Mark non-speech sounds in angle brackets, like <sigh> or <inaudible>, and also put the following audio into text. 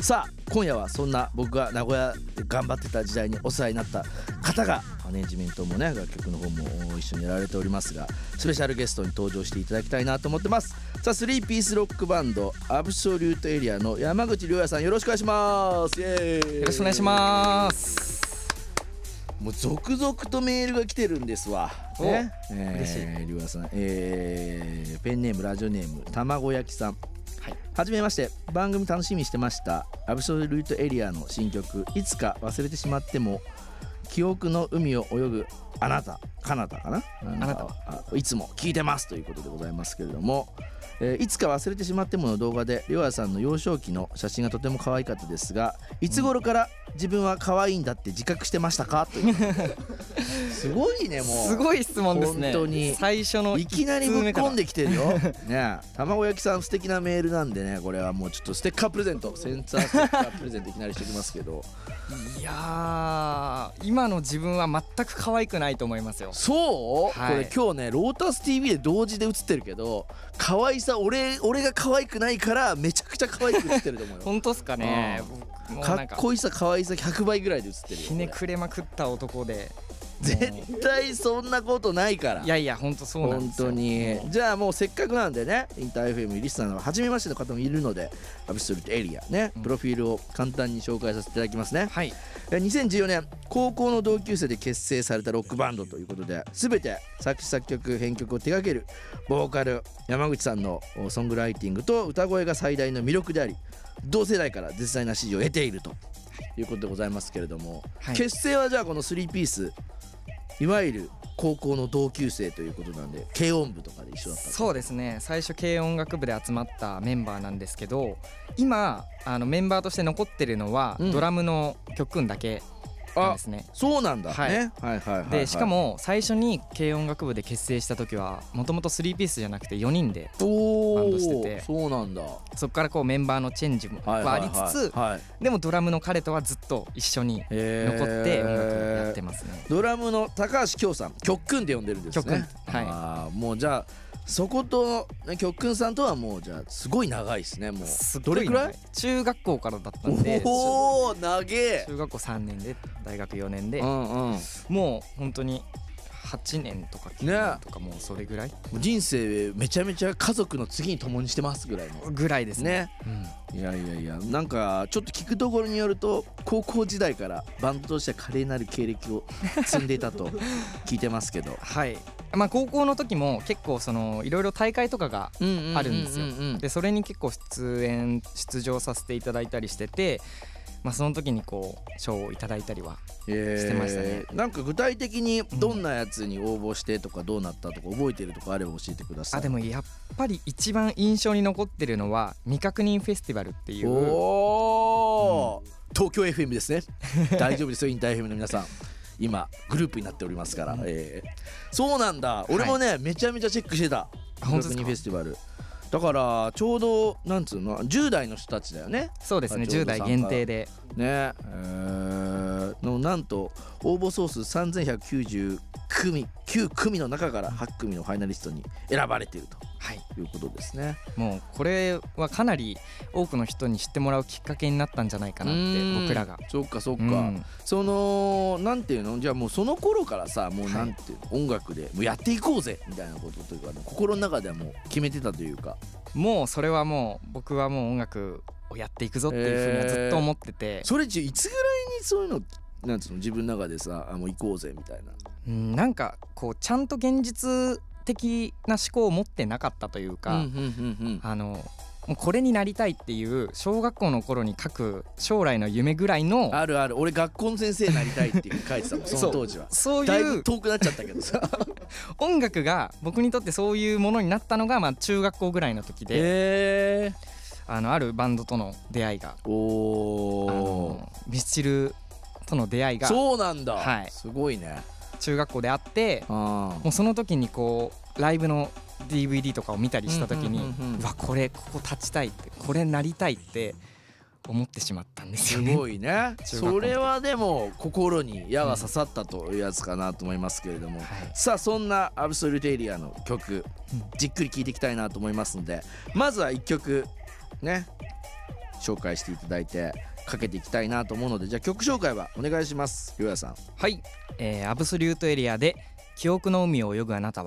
さあ今夜はそんな僕が名古屋で頑張ってた時代にお世話になった方がマネジメントもね楽曲の方も一緒にやられておりますがスペシャルゲストに登場していただきたいなと思ってますさあスリーピースロックバンドアブソリュートエリアの山口亮也さんよろしくお願いしますイエーイよろしくお願いします。もう続々とメールが来てるんですわ。おね、嬉しいえーりゅうやさん、えーペンネームラジオネーム卵焼きさん。はいじめまして番組楽しみにしてましたアブソルートエリアの新曲「いつか忘れてしまっても記憶の海を泳ぐあなたかなたかなあなたはあいつも聞いてますということでございますけれども、えーいつか忘れてしまってもの動画でりょうやさんの幼少期の写真がとても可愛かったですがいつ頃から自分は可愛いんだって自覚してましたか <laughs> というすごいねもうすごい質問ですね。本当に最初のいきなり一ぶ通っ目か込らんできて <laughs> るよ。ねえ、卵焼きさん素敵なメールなんでね、これはもうちょっとステッカープレゼント、センサーステッカープレゼントいきなりしてきますけど。いやー今の自分は全く可愛くないと思いますよ。そう、はいこれ今日ね、ロータス TV で同時で映ってるけど、可愛さ、俺、俺が可愛くないから、めちゃくちゃ可愛く映ってると思 <laughs> うよ。本当ですかねあ。僕もうかなっんこいいさ、可愛さ100倍ぐらいで映ってるよひこれねくれまくった男で。も絶対そんなことないからうい。やいや本当そうなん本ですよ。当にもじゃあもうせっかくなんでねインター FM リスナーの初めましての方もいるのでアブソルトエリアねうんプロフィールを簡単に紹介させていただきますねうはい。え2014年高校の同級生で結成されたロックバンドということで全て作詞作曲編曲を手掛けるボーカル山口さんのおソングライティングと歌声が最大の魅力であり同世代から絶大な支持を得ているということでございますけれども、はい結成はじゃあこの3ピースいわゆる高校の同級生ということなんで軽音部とかで一緒だったそうですね最初軽音楽部で集まったメンバーなんですけど今あのメンバーとして残ってるのは、うんドラムの曲くんだけなんですね。そうなんだはいね、はい、はいはいはいでしかも最初に軽音楽部で結成した時はもともと3ピースじゃなくて4人でおバンドしーててそうなんだそこからこうメンバーのチェンジもはいははあいりはいつつはいでもドラムの彼とはずっと一緒に残って音楽やってますね。ドラムの高橋京さん、曲くんで呼んでるんです曲くんね。はいあーもうじゃあそことね曲くんさんとはもうじゃあすごい長いですね。もうすっどごれくら長い？中学校からだったんで中おお、長え。学校3年で大学4年でうんうん。もう本当に8年とか9年とかもうそれぐらい人生めちゃめちゃ家族の次に共にしてますぐらいの。ぐらいですね。ね。いやいやいや、なんかちょっと聞くところによると高校時代からバンドとして華麗なる経歴を積んでいたと聞いてますけど。はいまあ、高校の時も結構そのいろいろ大会とかが <laughs> あるんですよううううでそれに結構出演出場させていただいたりしてて、まあ、その時にこう賞をいただいたりはしてましたねなんか具体的にどんなやつに応募してとかどうなったとか覚えてるとかあれば教えてください。あでもやっぱり一番印象に残ってるのは未確認フェスティバルっていうおー、東京 FM です <laughs> ね。大丈夫ですよインター FM の皆さん。今グループになっておりますから、うんえーそうなんだ俺もね、めちゃめちゃチェックしてたあ本当ですかニフェスティバルだからちょうどなんつうの10代の人たちだよねそうですねあちょう10ど参代加限定でねえーのなんと応募総数3199組9組の中から8組のファイナリストに選ばれているはいということですね。もうこれはかなり多くの人に知ってもらうきっかけになったんじゃないかなって僕らが。そっかそっか、うんそのなんていうのじゃあもうその頃からさもうはいなんていうの、音楽でもうやっていこうぜみたいなことというか、ね、心の中ではもう決めてたというかもうそれはもう僕はもう音楽をやっていくぞっていうふうにはずっと思ってて、それじゃいつぐらいにそういうのなんつうの自分の中でさあもう行こうぜみたいな。うんなんかこうちゃんと現実的な思考を持ってなかったというか、うんうんうんうんあのもうこれになりたいっていう小学校の頃に書く将来の夢ぐらいのあるある俺学校の先生になりたいっていう書いてたもんその当時は。そうだいいぶう遠くなっちゃったけどさ。音楽が僕にとってそういうものになったのがまあ中学校ぐらいの時で、えあのあるバンドとの出会いがー、おあおのミスチルとの出会いがそうなんだ、はいすごいね中学校であってあもうその時にこうライブの DVD とかを見たりした時に、うんうんうんうんうわこれここ立ちたいってこれなりたいって思ってしまったんですすよね。ごいね中学校の時それはでも心に矢が刺さったというやつかなと思いますけれども、はいさあそんなアブソルテエリアの曲うんじっくり聴いていきたいなと思いますのでまずは1曲ね紹介していただいてかけていきたいなと思うのでじゃあ曲紹介はお願いしますようやさんはい、えーアブソリュートエリアで「記憶の海を泳ぐあなたは」